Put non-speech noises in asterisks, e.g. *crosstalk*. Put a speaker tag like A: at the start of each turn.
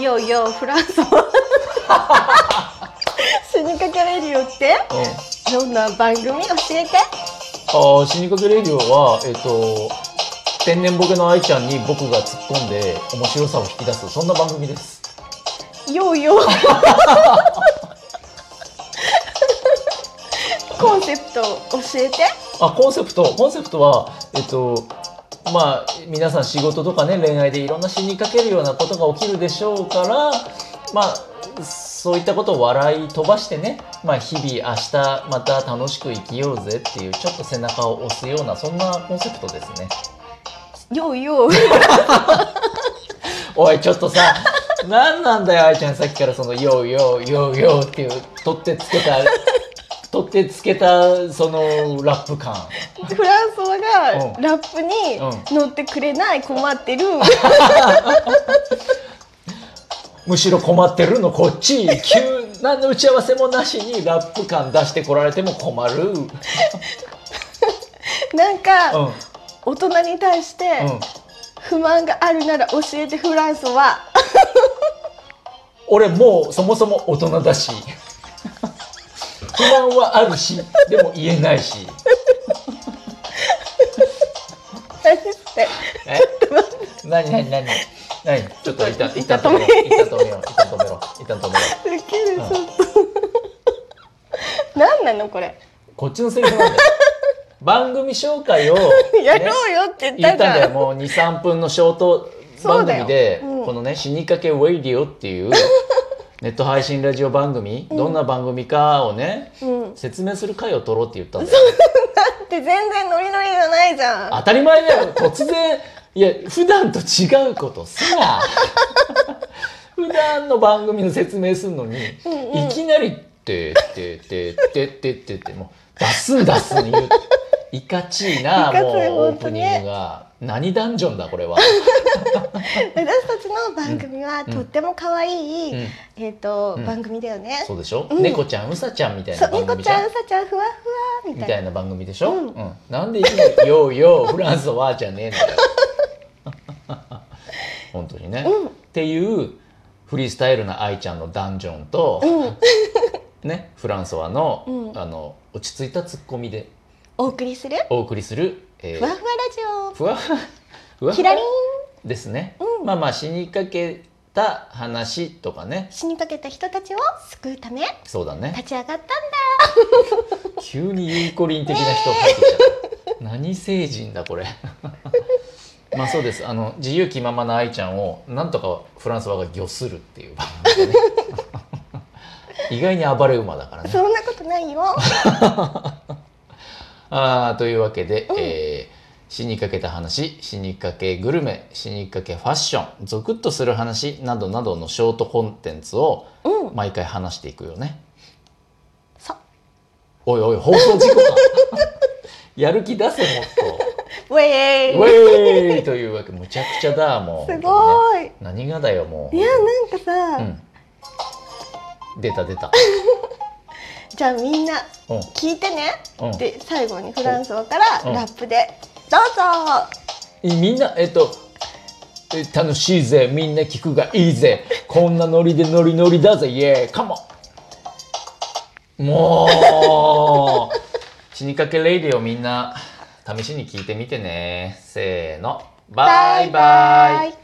A: ようようフラン
B: *laughs*
A: スは死にかけレディオってどんな番組教えて
B: ああ死にかけレディオはえっ、と天然ボケの愛ちゃんに僕が突っ込んで面白さを引き出すそんな番組です
A: よう
B: *laughs*
A: ようコンセプト教えて
B: あコンセプトコンセプトはえっ、とまあ皆さん仕事とかね恋愛でいろんな死にかけるようなことが起きるでしょうからまあそういったことを笑い飛ばしてね、まあ、日々明日また楽しく生きようぜっていうちょっと背中を押すようなそんなコンセプトですね。
A: ようよう
B: おいちょっとさ何なんだよ愛ちゃんさっきからその「ようようようよう」っていう取ってつけた取ってつけたそのラップ感
A: フランソワ
B: う
A: が
B: ん
A: ラップに乗ってくれない困ってる
B: むしろ困ってるのこっち急何の打ち合わせもなしにラップ感出してこられても困る、うん、
A: なんか大人に対して
B: うん
A: 不満があるなら教えてフランソワ
B: 俺もうそもそも大人だし不満はあるしでも言えないし
A: 何って
B: え何何何何ちょっと一旦一旦止めろ一旦止めろ一旦止めろ一旦止めろ
A: ウケるちょっと何なのこれ
B: こっちのセリフなんだよ番組紹介を、
A: *laughs* や
B: ね
A: ろうよって言
B: 言
A: っ
B: った
A: じ
B: たんだ
A: ゃ
B: よ
A: ん
B: もう23分のショート番組で、
A: そうだようん
B: このね「死にかけウェイディオ」っていう
A: *laughs*
B: ネット配信ラジオ番組、どんな番組かをね、
A: うん
B: 説明する回を取ろうって言ったんだよ
A: って全然ノリノリじゃないじゃん
B: 当たり前だよ突然いや普段と違うこ
A: *laughs*
B: とさ普段の番組の説明するのに、いきなり「てってってってってって」ってもう出すん出すん言ういかちいな
A: いかつい
B: もうオー
A: 本
B: プ
A: 当
B: ニ
A: ね
B: ングが何ダンジョンだこれは、
A: 私たちの番組はとっても可愛い、
B: うん
A: えっ、と、
B: ん
A: 番組だよね。
B: そうでしょ、
A: うん
B: 猫ちゃんうさちゃんみたい
A: そ
B: な
A: う、
B: 番
A: 猫
B: 組
A: ち
B: じゃん
A: ゃん、うさちゃん、ふわふわみ
B: み
A: たい
B: た
A: な。
B: いな番組でしょ、
A: う
B: うんんなんでいきなり「ようようフランスは」じゃねえんだよ *laughs* 本当にね、
A: うん
B: っていうフリースタイルな愛ちゃんのダンジョンと、
A: うん、
B: *laughs* ね、フランソワの,、
A: うん
B: あの落ち着いたツッコミで
A: お送りする。
B: お送りする、えー
A: ふわふわラジ
B: ふわふわふわ
A: オ。キラリン、
B: ですね、
A: うん
B: まあまあ死にかけた話とかね
A: 死にかけた人たちを救うため、
B: そうだね
A: 立ち上がったんだ。
B: 急にユーコリン的な人入ってきちゃった、何成人だこれ *laughs* まあそうですあの自由気ままな愛ちゃんをなんとかフランスワが御するっていう番組でね意外に暴れ馬だからね
A: そんなことないよ。
B: あーというわけで、
A: うん
B: えー死にかけた話死にかけグルメ死にかけファッションゾクッとする話などなどのショートコンテンツを
A: うん、
B: 毎回話していくよね
A: そう。
B: おいおい放送事故か *laughs* やる気出せもっ
A: ウェ
B: と
A: イ。
B: ウェーイというわけむちゃくちゃだもう
A: すごい。
B: 何がだよもう
A: いや、なんかさ、
B: うん、出た出た
A: じゃあ、みんな
B: うん
A: 聞いてね。
B: うん
A: で、最後にフランス語からラップで。どうぞ。
B: えみんなえっとえ楽しいぜみんな聞くがいいぜこんなノリでノリノリだぜイエーイカモンもう死にかけレイディをみんな試しに聞いてみてねせーのバイバイ
A: イ。